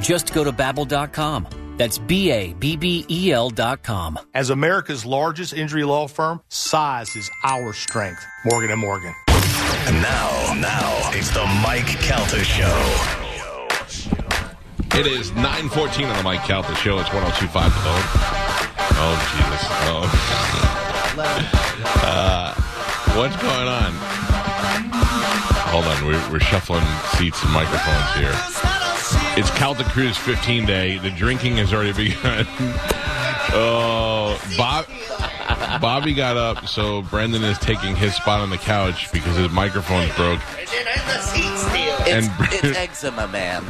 Just go to babbel.com. That's B A B B E L.com. As America's largest injury law firm, size is our strength. Morgan & Morgan. And now, now, it's the Mike Calta Show. It is 914 on the Mike Calta Show. It's 1025 The Bone. Oh, Jesus. Oh. Uh, what's going on? Hold on. We're, we're shuffling seats and microphones here. It's Calta Cruise 15 day. The drinking has already begun. oh, Bob. Bobby got up, so Brendan is taking his spot on the couch because his microphone's broke. It's, And Br- it's eczema, man.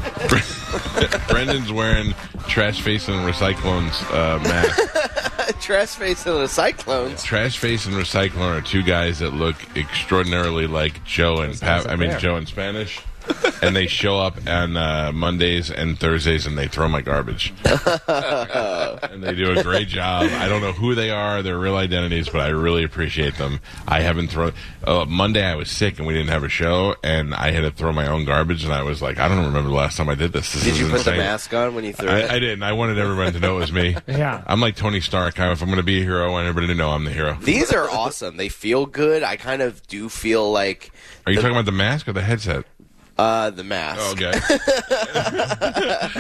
Brendan's wearing trash face and recyclones uh, mask. Trash face of the cyclones. Trash Face and Recycler are two guys that look extraordinarily like Joe and Pat. I mean Joe in Spanish, and they show up on uh, Mondays and Thursdays and they throw my garbage. and they do a great job. I don't know who they are, their real identities, but I really appreciate them. I haven't thrown. Uh, Monday I was sick and we didn't have a show, and I had to throw my own garbage, and I was like, I don't remember the last time I did this. this Did is you put the insane. mask on when you threw it? I, I didn't. I wanted everyone to know it was me. Yeah. I'm like Tony Stark. I, if I'm going to be a hero, I want everybody to know I'm the hero. These are awesome. They feel good. I kind of do feel like Are you talking about the mask or the headset? uh, the mask. okay.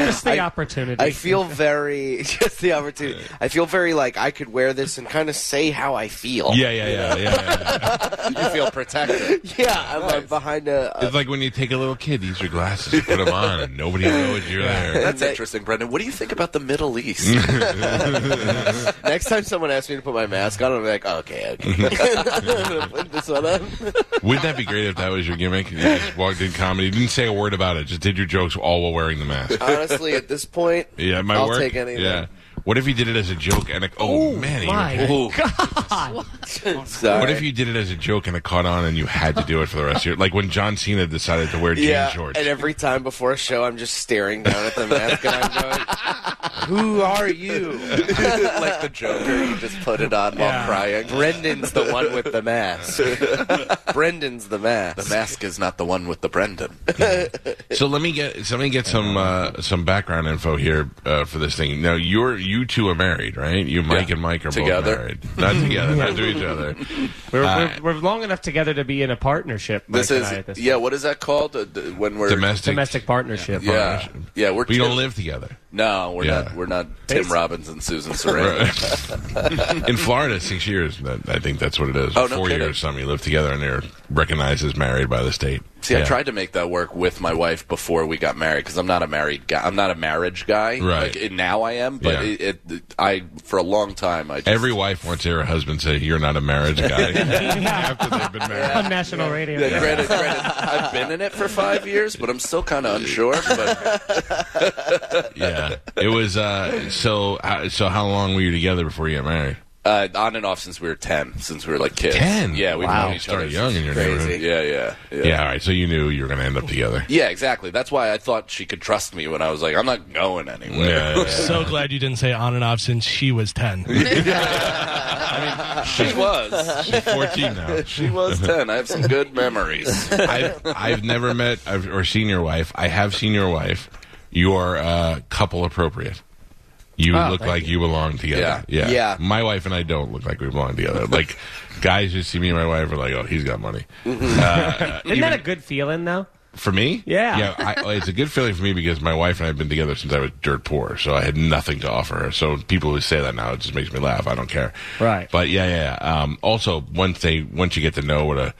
It's the opportunity. I feel very just the opportunity. I feel very like I could wear this and kind of say how I feel. yeah, yeah, yeah, yeah, yeah. You feel protected. yeah. I'm, I'm behind a, a It's like when you take a little kid, these are glasses, you put them on, and nobody knows you're there. That's interesting, Brendan. What do you think about the Middle East? Next time someone asks me to put my mask on, I'm like, okay, okay. I'm gonna put this one on. Wouldn't that be great if that was your gimmick? And you just walked in comedy, you didn't say a word about it, just did your jokes all while wearing the mask. Honestly, at this point, Yeah, my Uh, I'll work. take anything. Yeah. What if you did it as a joke and a, oh, man, he- my Ooh. Sorry. What if you did it as a joke and it caught on and you had to do it for the rest of your like when John Cena decided to wear jean yeah, shorts? and every time before a show, I'm just staring down at the mask and I'm going, "Who are you?" like the Joker, you just put it on while Yeah. crying. Brendan's the one with the mask. Brendan's the mask. The mask is not the one with the Brendan. So let me get so let me get some uh, some background info here uh, for this thing. Now you're you two are married, right? You Mike Yeah. and Mike are Together. both married, not together, not to each other. We're, Uh, we're, we're long enough together to be in a partnership. This Mike is and I, at this yeah. What is that called? Uh, d- when we're Domestic, domestic partnership. Yeah, yeah. We're We Tim- don't live together. No, we're Yeah. not. We're not Basi- Tim Robbins and Susan Sarandon. In Florida, six years. that- I think that's what it is. Oh, no Four kidding. years, some you live together and they're recognized as married by the state. See, I Yeah. tried to make that work with my wife before we got married because I'm not a married guy. I'm not a marriage guy. Right. Like, it- now I am, but Yeah. it, it, I for a long time I just, Every wife wants to hear her husband say, "You're not a marriage guy." After they've been married. On national radio. Yeah, granted, granted, I've been in it for five years, but I'm still kind of unsure. But Yeah, it was. Uh, so, uh, so how long were you together before you got married? uh, on and off since we were ten, since we were like kids. Ten. Yeah, we've wow. known You each other started young in your since- neighborhood. Yeah, yeah, yeah. Yeah, all right. So you knew you were going to end up together. Yeah, exactly. That's why I thought she could trust me when I was like, I'm not going anywhere. So glad you didn't say on and off since she was 10. She was. She's 14 now. She was 10. I have some good memories. I've, I've never met I've- or seen your wife. I have seen your wife. You are uh, couple appropriate. You look like you. belong together. Yeah. Yeah. My wife and I don't look like we belong together. Like, guys who see me and my wife are like, oh, he's got money. Isn't that a good feeling, though? For me? Yeah. Yeah, I, oh, it's a good feeling for me because my wife and I have been together since I was dirt poor, so I had nothing to offer her. So people who say that now, it just makes me laugh. I don't care. Right. But yeah, yeah. yeah. Um, also, once they once you get to know what a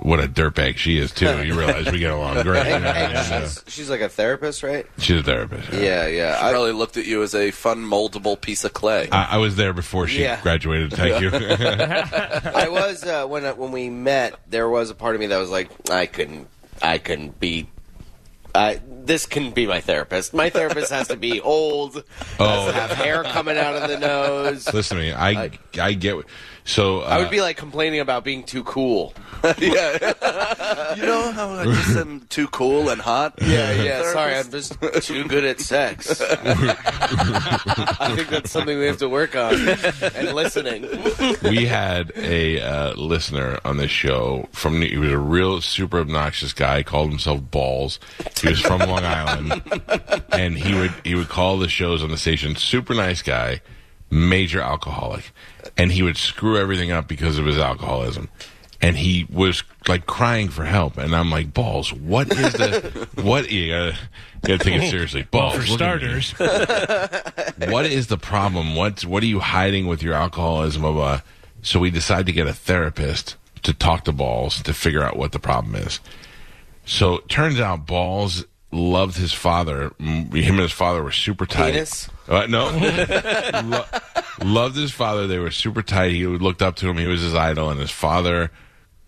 what a dirtbag she is too, you realize we get along great. You know what I mean? So, She's, she's like a therapist, right? she's a therapist. Yeah, yeah. I really looked at you as a fun, moldable piece of clay. I, I was there before she Yeah. graduated. Thank you. I was uh, when I- when we met. There was a part of me that was like, I couldn't, I couldn't be. I this couldn't be my therapist. My therapist has to be old, has Oh. to have hair coming out of the nose. Listen to me. I I get. what- So uh, I would be like complaining about being too cool. You know how I just am too cool and hot? Yeah, yeah. Sorry, I'm just too good at sex. I think that's something we have to work on and listening. we had a uh, listener on this show from he was a real super obnoxious guy called himself balls he was from long island and he would he would call the shows on the station super nice guy major alcoholic and he would screw everything up because of his alcoholism and he was like crying for help and i'm like balls what is the what you gotta, you gotta take it seriously balls For look at me starters, what is the problem? What what are you hiding with your alcoholism? Blah, blah. So we decide to get a therapist to talk to Balls to figure out what the problem is. So it turns out Balls loved his father. Mm, Him and his father were super tight. Penis? Uh, no, Lo- loved his father. They were super tight. He looked up to him. He was his idol, and his father.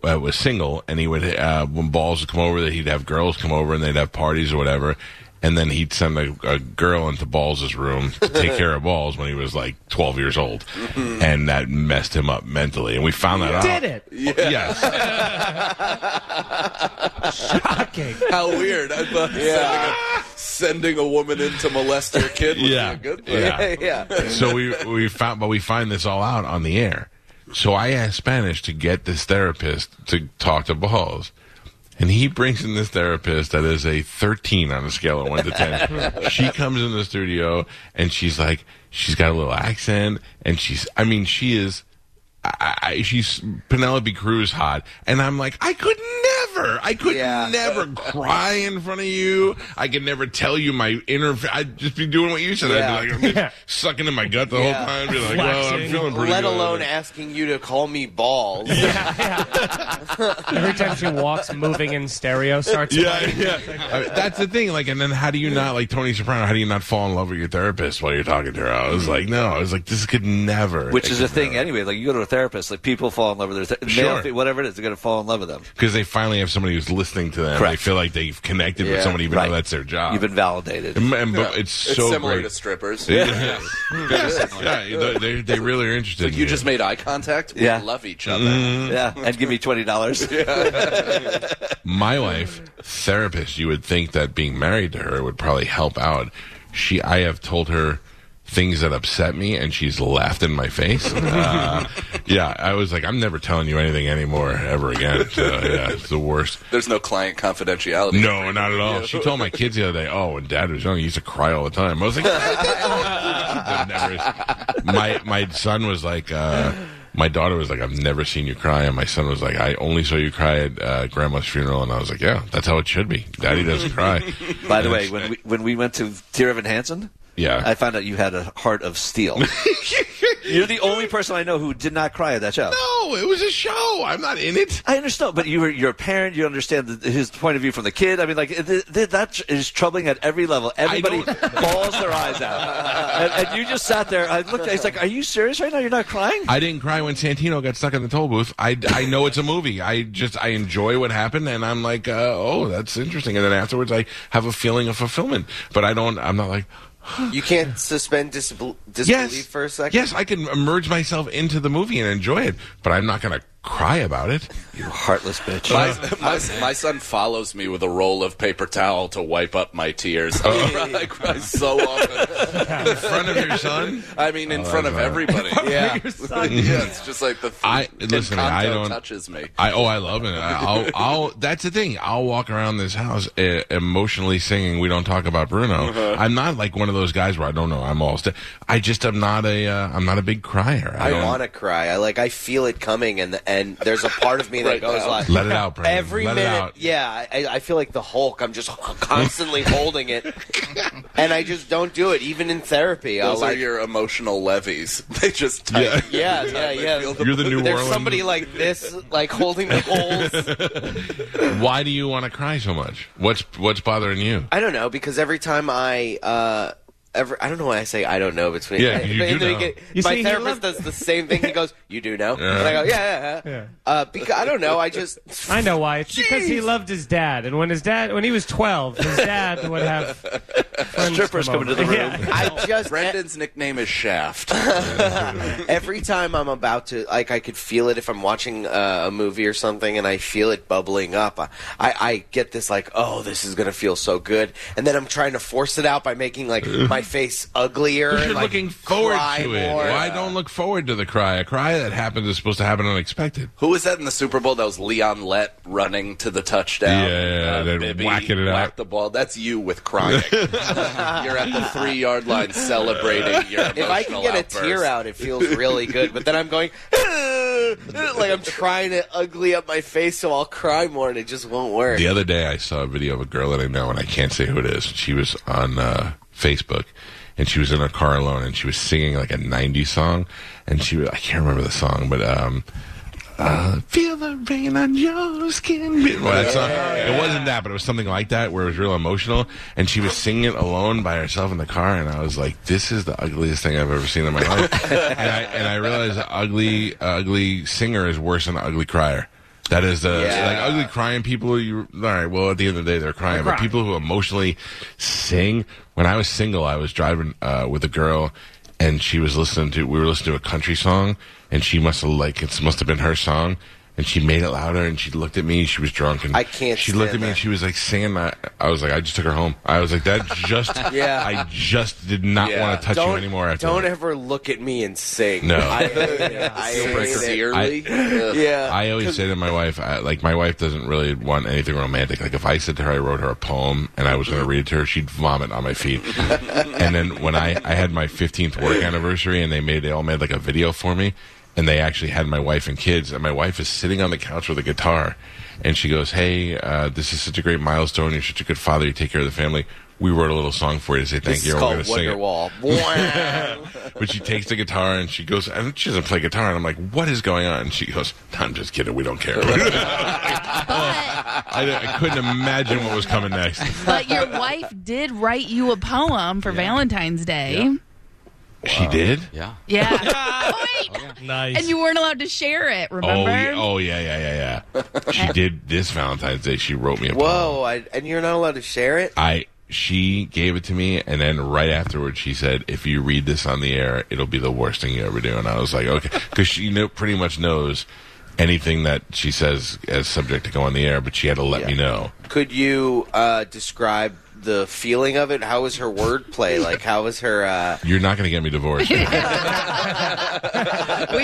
Uh, was single and he would uh, when balls would come over that he'd have girls come over and they'd have parties or whatever and then he'd send a, a girl into Balls' room to take care of Balls when he was like 12 years old, and that messed him up mentally. And we found that Uh, out. Did it? Yes, Shocking. how weird. I thought sending, a, sending a woman in to molest her kid would Yeah. be a good thing. yeah. yeah. So we we found, but we find this all out on the air. So I asked Spanish to get this therapist to talk to Balls. And he brings in this therapist that is a 13 on a scale of 1 to 10. she comes in the studio and she's like, she's got a little accent. And she's, I mean, she is, I, I, she's Penelope Cruz hot. And I'm like, I could never, I could Yeah. never cry in front of you. I could never tell you my inner, I'd just be doing what you said. Yeah. I'd be like, I'm just sucking in my gut the Yeah. whole time. Be like, well, I'm Flexing. feeling pretty Let good. alone asking you to call me balls. Every time she walks, moving in stereo starts. Yeah, yeah. I mean, that's the thing. Like, and then how do you not like Tony Soprano? How do you not fall in love with your therapist while you're talking to her? I was like, no. I was like, this could never. Which is a thing anyway. Like you go to a therapist, like people fall in love with their th- Sure. Uh-huh. male, fe- whatever it is, they're going to fall in love with them. because they finally have somebody who's listening to them. They Correct. feel like they've connected with Yeah, somebody, even right. though that's their job. You've been validated. And- and- but it's, It's so similar great. to strippers. yeah, yeah, they, they really are interested. in You just made eye contact. We Yeah. love each other. Mm-hmm. Yeah, and give me twenty dollars. my wife therapist you would think that being married to her would probably help out she i have told her things that upset me and she's laughed in my face uh, yeah i was like i'm never telling you anything anymore ever again so yeah it's the worst There's no client confidentiality. no not at all she told my kids the other day oh when dad was young he used to cry all the time i was like I've never- my my son was like uh my daughter was like, "I've never seen you cry," and my son was like, "I only saw you cry at uh, grandma's funeral." And I was like, "Yeah, that's how it should be. Daddy doesn't cry." By the way, when we, when we went to Dear Evan Hansen, Yeah. I found out you had a heart of steel. You're the only person I know who did not cry at that show. no, it was a show. I'm not in it. I understand, but you were you're a parent. You understand the, his point of view from the kid. I mean, like th- th- that is troubling at every level. Everybody don't- balls their eyes out, and, and you just sat there. I looked. at He's like, "Are you serious right now? You're not crying?" I didn't cry when Santino got stuck in the toll booth. I, I know it's a movie. I just I enjoy what happened, and I'm like, uh, oh, that's interesting. And then afterwards, I have a feeling of fulfillment. But I don't. I'm not like. You can't suspend disbel- disbelief Yes, for a second. yes, I can immerse myself into the movie and enjoy it, but I'm not going to cry about it. You heartless bitch. My, Uh-huh. my, my son follows me with a roll of paper towel to wipe up my tears. I, Uh-huh. cry, I cry so often. in front of your son. I mean, in front of right. everybody. Yeah. your son. yeah, it's just like the. Th- I- listen, I don't- touches me. I oh I love it. I, I'll, I'll that's the thing. I'll walk around this house uh, emotionally singing. We don't talk about Bruno. I'm not like one of those guys where I don't know. I'm all. St- I just am not a. Uh, I'm not a big crier. I don't- want to cry. I like. I feel it coming, and and there's a part of me that Right goes now. like, Let it out, Brandon. Every Let it minute, out. yeah, I, I feel like the Hulk. I'm just constantly holding it, and I just don't do it. Even in therapy, I'll Those are like, your emotional levies. They just tighten. Yeah. yeah, yeah, yeah. You're the New There's Orleans- somebody like this, like holding the holes. Why do you want to cry so much? What's what's bothering you? I don't know because every time I uh, ever. I don't know why I say I don't know between. Yeah, I- you but do in the know. beginning- You see, my he therapist does the same thing. He goes, "You do know," and I go, "Yeah, yeah." yeah. Uh, because I don't know. I just I know why. It's because he loved his dad, and when his dad, when he was twelve, his dad would have friends Strippers come come into the over. room. Yeah. I just Brendan's nickname is Shaft. every time I'm about to, like, I could feel it if I'm watching uh, a movie or something, and I feel it bubbling up. I, I, I get this like, oh, this is gonna feel so good, and then I'm trying to force it out by making like my face uglier. Because and, you're like, looking forward cry to it. more. Why don't look forward to the cry? A cry that happens is supposed to happen unexpected. Who was that in the Super Bowl? That was Leon Lett running to the touchdown. Uh, Yeah, yeah, yeah, they're Bibby whacking it whacked out. the ball. That's you with crying. You're at the three yard line celebrating your If I can emotional get outburst. a tear out, it feels really good. But then I'm going, like I'm trying to ugly up my face so I'll cry more, and it just won't work. The other day, I saw a video of a girl that I know, and I can't say who it is. She was on uh, Facebook, and she was in her car alone, and she was singing like a '90s song, and she was, I can't remember the song, but um, uh, feel the rain on your skin. Well, that song, It wasn't that, but it was something like that where it was real emotional, and she was singing it alone by herself in the car, and I was like, "This is the ugliest thing I've ever seen in my life," and I and I realized the ugly ugly singer is worse than the ugly crier. That is the Yeah. like ugly crying people. You all right? Well, at the end of the day, they're crying. But people who emotionally sing. When I was single, I was driving uh, with a girl, and she was listening to. We were listening to a country song, and she must have like it must have been her song, and she made it louder. And she looked at me. She was drunk, and I can't She looked at stand me, that. and she was like singing. I, I was like, I just took her home. I was like, that just. Yeah. I just did not Yeah. want to touch you Don't anymore. After don't that. ever look at me and sing. No. I hate it. I hate it. Sincerely? Ugh. Yeah. I always say to my wife, I, like my wife doesn't really want anything romantic. Like if I said to her I wrote her a poem and I was going to read it to her, she'd vomit on my feet. and then when I I had my 15th work anniversary and they made they all made like a video for me, and they actually had my wife and kids. And my wife is sitting on the couch with a guitar, and she goes, "Hey, uh, this is such a great milestone. You're such a good father. You take care of the family." We wrote a little song for you to say thank This you. is and called we're gonna sing it." Wonderwall. Wow. But she takes the guitar and she goes, and she doesn't play guitar. And I'm like, what is going on? And she goes, I'm just kidding. We don't care. But, I, I couldn't imagine what was coming next. but your wife did write you a poem for Valentine's Day. She did? yeah. Yeah. Oh, wait. Nice. And you weren't allowed to share it, Oh, remember? yeah, oh, yeah, yeah, yeah, yeah. She did this Valentine's Day. She wrote me a poem. Whoa, I, and you're not allowed to share it? I she gave it to me, and then right afterwards, she said, "If you read this on the air, it'll be the worst thing you ever do." And I was like, "Okay," because she know, pretty much knows anything that she says as subject to go on the air, but she had to let me know. Could you uh, describe the feeling of it? How was her wordplay? like, how was her. Uh, You're not going to get me divorced. We've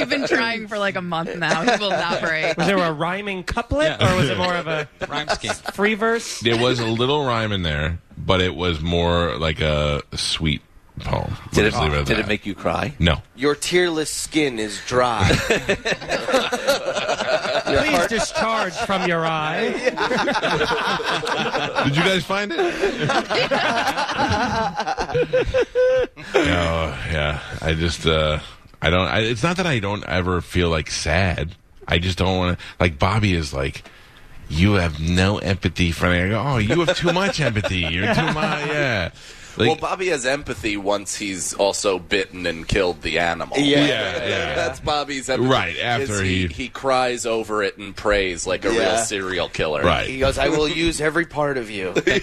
been trying for like a month now. He will not break. Was there a rhyming couplet, or was it more of a rhyme scheme, free verse? there was a little rhyme in there, but it was more like a sweet poem. Did Let's leave it, at did that. it make you cry? No. your tearless skin is dry. Please discharge from your eye. Did you guys find it? no, yeah. I just, uh, I don't, I, it's not that I don't ever feel like sad. I just don't want to, like, Bobby is like, you have no empathy for me. I go, oh, you have too much empathy. You're too much, yeah. Like, well, Bobby has empathy once he's also bitten and killed the animal. Yeah. yeah, yeah. That's Bobby's empathy. Right, after is he, he- he cries over it and prays like a real Yeah. serial killer. Right. He goes, I will use every part of you. You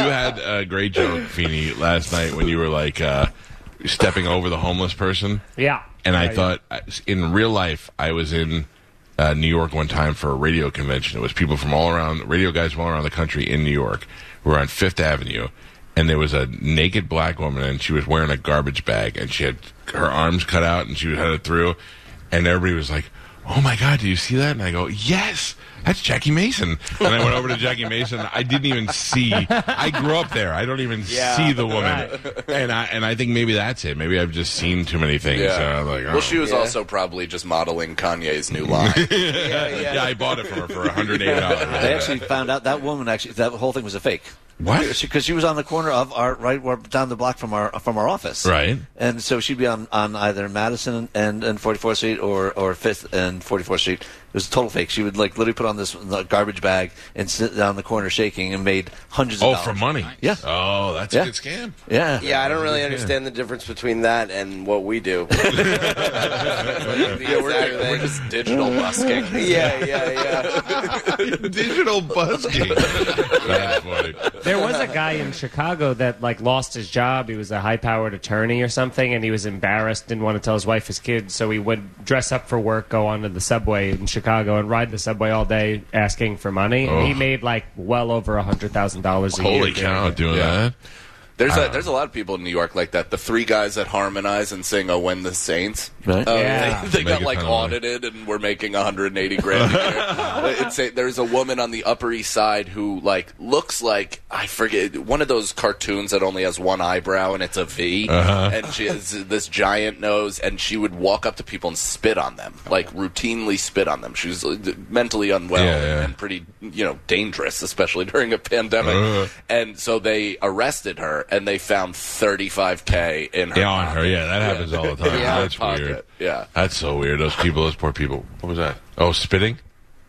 had a great joke, Feeney, last night when you were like uh, stepping over the homeless person. Yeah. And I thought, I- in real life, I was in uh, New York one time for a radio convention. It was people from all around, radio guys from all around the country in New York. We were on Fifth Avenue, and there was a naked black woman, and she was wearing a garbage bag, and she had her arms cut out, and she was headed through. And everybody was like, "Oh my God, do you see that?" And I go, "Yes." That's Jackie Mason. And I went over to Jackie Mason. I didn't even see. I grew up there. I don't even see the woman. And I and I think maybe that's it. Maybe I've just seen too many things. And I'm like, oh. Well, she was also probably just modeling Kanye's new line. Yeah, I bought it for her for $108. They actually found out that woman actually that whole thing was a fake. What? Because she was on the corner of our right we're down the block from our from our office. Right. And so she'd be on, on either Madison and, and 44th Street or, or 5th and 44th Street. It was a total fake. She would like literally put on this like, garbage bag and sit down in the corner shaking and made hundreds of Oh, dollars. for money. Yeah. Oh, that's Yeah. a good scam. Yeah. Yeah, I don't really understand the difference between that and what we do. Yeah, we're, we're just digital busking. yeah, yeah, yeah. Digital busking. that's funny. There was a guy in Chicago that like lost his job. He was a high-powered attorney or something, and he was embarrassed, didn't want to tell his wife his kids, so he would dress up for work, go onto the subway in Chicago, and ride the subway all day asking for money. And he Oh. made like well over a hundred thousand dollars a year. Holy doing cow, it. doing Yeah. that. There's Uh-huh. a there's a lot of people in New York like that. The three guys that harmonize and sing "Oh When the Saints," Right. Uh, Yeah. they, they Make got a like ton of money. audited and were making 180 grand. a year. It's a, there's a woman on the Upper East Side who like looks like I forget one of those cartoons that only has one eyebrow and it's a V, Uh-huh. and she has this giant nose, and she would walk up to people and spit on them, like routinely spit on them. She was uh, mentally unwell Yeah, yeah. and pretty you know dangerous, especially during a pandemic. Uh. And so they arrested her, and they found 35k in her. Yeah, on her. Yeah, that happens all the time. Yeah, that's pocket. weird. Yeah. That's so weird. Those people, those poor people. What was that? Oh, spitting?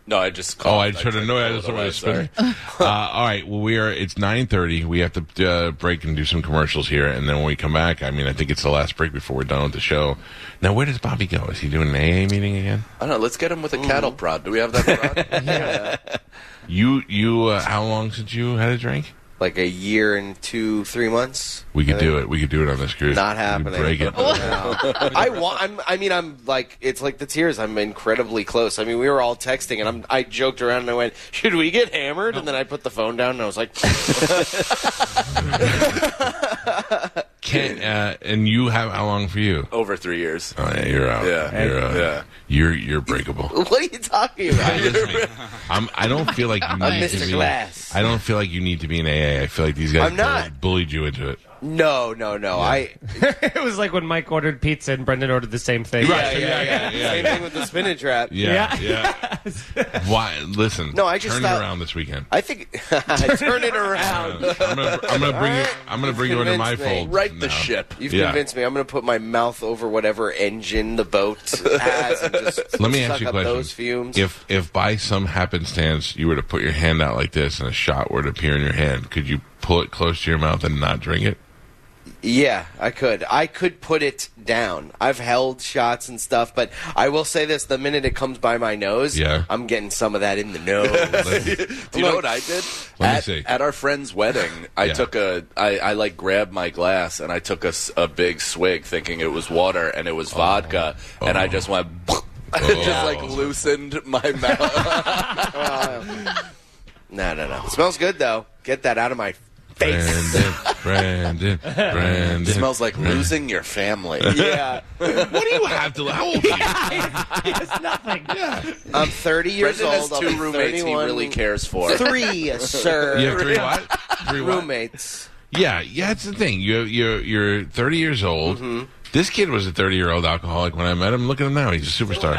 No, I just. Oh, Called. I should have known. I just called was away, spitting. uh, all right. Well, we are. It's nine thirty. We have to uh, break and do some commercials here, and then when we come back, I mean, I think it's the last break before we're done with the show. Now, where does Bobby go? Is he doing an AA meeting again? I don't know. Let's get him with Hmm. a cattle prod. Do we have that prod? You, you. Uh, how long since you had a drink? Like a year and two, three months. We could do it. We could do it on this cruise. Not We could happening. Break it. I want. I'm, I mean, I'm like, it's like the tears. I'm incredibly close. I mean, we were all texting, and I'm. I joked around and I went, "Should we get hammered?" And then I put the phone down, and I was like, Can, uh, and you have how long for you? Over three years. Oh, yeah, you're out. Yeah. you're out. Yeah. You're you're breakable. "What are you talking about?" Listen, I'm, I don't feel like you need I'm to Mr. be. Glass. I don't feel like you need to be an AA. I feel like these guys I'm not. bullied you into it. No, no, no. I. it was like when Mike ordered pizza and Brendan ordered the same thing. Yeah, yeah, yeah. Same thing with the spinach wrap. Yeah, yeah. Why? Listen. No, I just turn thought- it around this weekend. I think turn it around. I'm gonna, I'm gonna bring you. All right. I'm gonna bring you You've into my convinced me. fold. Right the now. ship. You've Yeah. convinced me. I'm going to put my mouth over whatever engine the boat has and just Let me suck ask you a up question. those fumes. If if by some happenstance you were to put your hand out like this and a shot were to appear in your hand, could you pull it close to your mouth and not drink it? Yeah, I could. I could put it down. I've held shots and stuff, but I will say this: the minute it comes by my nose, Yeah. I'm getting some of that in the nose. Do you know what I did? Let me at, see. at our friend's wedding, I Yeah. took a, I, I like grabbed my glass and I took a, s- a big swig thinking it was water and it was Oh. vodka and I just went, just like loosened my mouth. no, no, no. smells good though. Get that out of my face. Brandon, Brandon, Brandon. it smells like losing your family. yeah, What do you have to? How old are you? I'm 30 years Brendan has old. I'll two be roommates 31. he really cares for. Three, sir. You have three what? Three what? roommates. Yeah, yeah. That's the thing. You you're you're 30 years old. Mm-hmm. This kid was a 30 year old alcoholic when I met him. Look at him now. He's a superstar.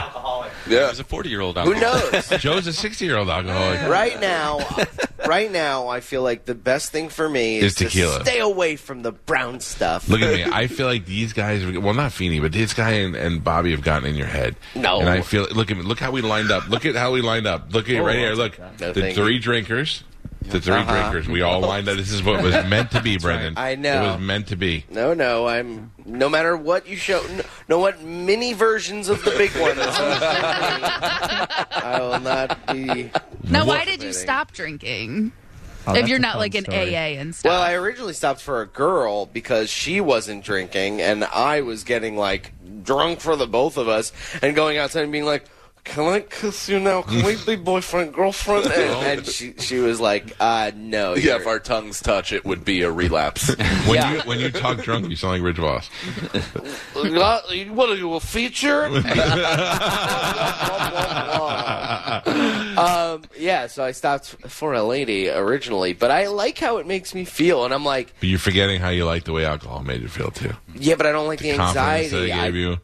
Yeah. There's a 40 year old out Who there. knows? Joe's a 60 year old alcoholic. right now, right now, I feel like the best thing for me Is is, to tequila. stay away from the brown stuff. Look at me. I feel like these guys. Well, not Feeney, but this guy and, and Bobby have gotten in your head. No. And I feel. Look at me. Look how we lined up. Look at how we lined up. Look at it right here. Look, No, the Oh, thank Uh-huh. three drinkers. The 3 drinkers. We all lined up. This is what it was meant to be, Brendan. I know. It was meant to be. No, no, I'm. No matter what you show, no, no what mini versions of the big one. is on the screen, I will not be. Now, why did you stop drinking? if Oh, that's you're a not fun like an story. AA and stuff. Well, I originally stopped for a girl because she wasn't drinking, and I was getting like drunk for the both of us, and going outside and being like. Can I kiss you now? Can we be boyfriend, girlfriend? And, and she, she was like, uh, no. Yeah, you're- if our tongues touch, it would be a relapse. When you when you talk drunk, you sound like Rich Voss. Uh, What are you, a feature? um, yeah, so I stopped for a lady originally, but I like how it makes me feel. And I'm like, But you're forgetting how you like the way alcohol made you feel too. yeah, but I don't like the, Confidence that anxiety. it I- gave you.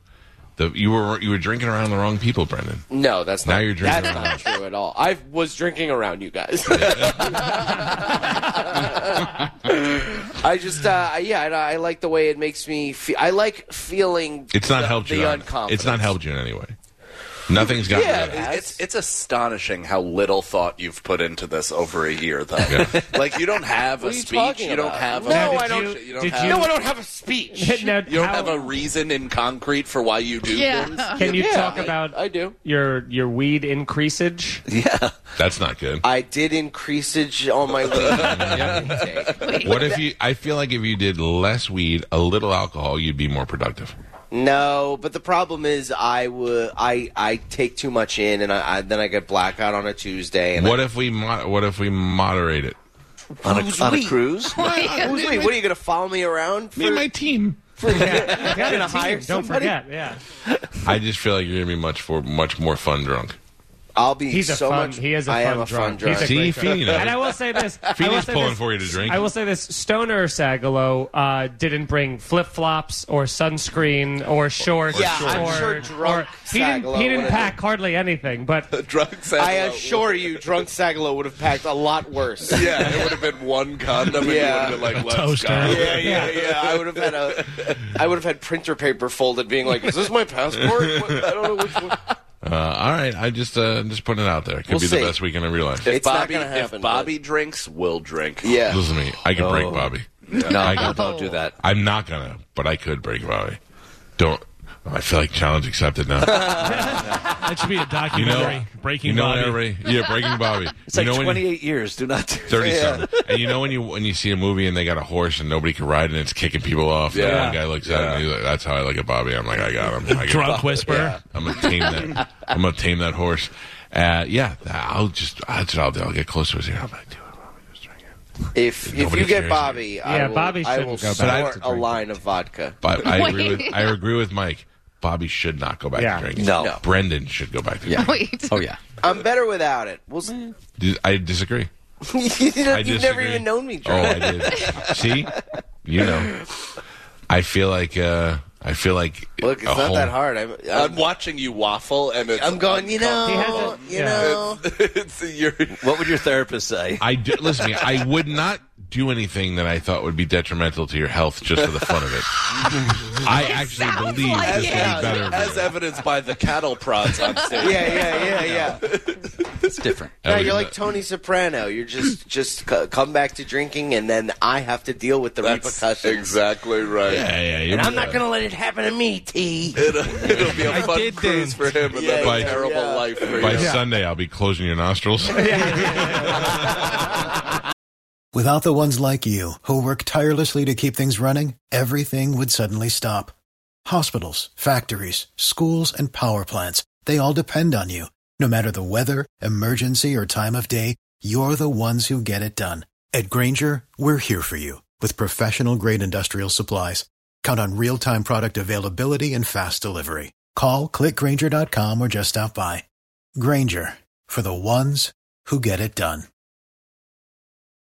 The, you were you were drinking around the wrong people, Brendan. no, that's Now not, you're drinking that's around. not true at all. I was drinking around you guys. I just, uh, yeah, I, I like the way it makes me feel. I like feeling. It's not the, helped the you. on- unconfidence. It's not helped you in any way. Nothing's gotten Yeah, rid of it. It's it's astonishing how little thought you've put into this over a year, though. like you don't have a What are you speech, talking you don't about? have a No, did I don't- you- you don't did have- you, No, I don't have a speech. Now, you don't how- have a reason in concrete for why you do things. Yeah. Can you Yeah, talk I- about I do. your your weed increasage? Yeah. That's not good. I did increasage on my weed intake. What if you? I feel like if you did less weed, a little alcohol, you'd be more productive. No, but the problem is I would I I take too much in and I, I then I get blackout on a Tuesday and What if we? Mo- what if we moderate it? On a, on a cruise? I, who's me? What are you gonna follow me around? Me and my team. Yeah, you gonna got a team, hire Don't somebody? forget. Yeah, I just feel like you're gonna be much for much more fun drunk. I'll be he's a so fun. much. he is a I fun am a fun drunk. He's drunk. a See, great drunk. Feeney And I knows. will say this. I will Feeney's say pulling this, for you to drink. I will say this: Stoner Sagalo uh, didn't bring flip flops or sunscreen or shorts. Yeah, I'm or- sure drunk or- he didn't, Sagalo he didn't would've- pack hardly anything, but Drugs. I assure you, drunk Sagalo would have packed a lot worse. Yeah, it would have been one condom. Yeah. and you would have been like, let's toaster. go. Yeah, yeah, yeah. I would have had a, I would have had printer paper folded, being like, "Is this my passport? What, I don't know which one." Uh, all right, I just uh, just putting it out there. It could We'll be see. the best weekend of your life. If It's not Bobby, gonna if happen, Bobby drinks, we'll drink. Yeah, Listen to me. I could break Oh. Bobby. No, no, don't do that. I'm not gonna, but I could break Bobby. Don't. I feel like challenge accepted now. That should be a You know, documentary. Breaking you know when Bobby. everybody- yeah, breaking Bobby. It's you like know when you- 28 years. Do not do that. 37. And you know when you when you see a movie and they got a horse and nobody can ride and it's kicking people off. Yeah. Yeah. one guy looks at him. He's like, "That's how I look at Bobby." I'm like, "I got him." I got Drunk Bobby. whisperer. I'm gonna tame that. I'm gonna tame that horse. Uh, yeah, I'll just that's what I'll do. I'll get close to his ear. I'm like, "Dude, Bobby, just drink it." if if Nobody you get cares. Bobby, I Yeah, will, Bobby I shouldn't will go back snort to a drinking. line of vodka. But I agree Wait. with I agree with Mike. Bobby should not go back Yeah. to drinking. No. No. Brendan should go back to drinking. Wait. Oh, yeah. I'm better without it. We'll see. Dis- I disagree. you I have never disagree. even known me Oh, drunk. I did. See, you know, I feel like uh, I feel like Look, it's a not whole- that hard. I'm, I'm I'm, watching you waffle, and it's I'm going. You He know, hasn't- you yeah. know. it's you're What would your therapist say? I do, listen. to me, I would not do anything that I thought would be detrimental to your health just for the fun of it. I actually sounds believe like it. this would be better. as evidenced by the cattle prods on stage. Yeah, yeah, yeah, yeah. It's different. No, you're like Tony Soprano. You're just just c- come back to drinking, and then I have to deal with the That's repercussions. exactly right. yeah, yeah. you're- And I'm not gonna let it happen to me, T. It'll, it'll be a fun did dance. cruise for him, and Yeah, then a yeah, terrible yeah. life for By you. Sunday, I'll be closing your nostrils. Without the ones like you, who work tirelessly to keep things running, everything would suddenly stop. Hospitals, factories, schools, and power plants, they all depend on you. No matter the weather, emergency, or time of day, you're the ones who get it done. At Granger, we're here for you with professional grade industrial supplies. Count on real time product availability and fast delivery. Call clickgranger.com or just stop by. Granger for the ones who get it done.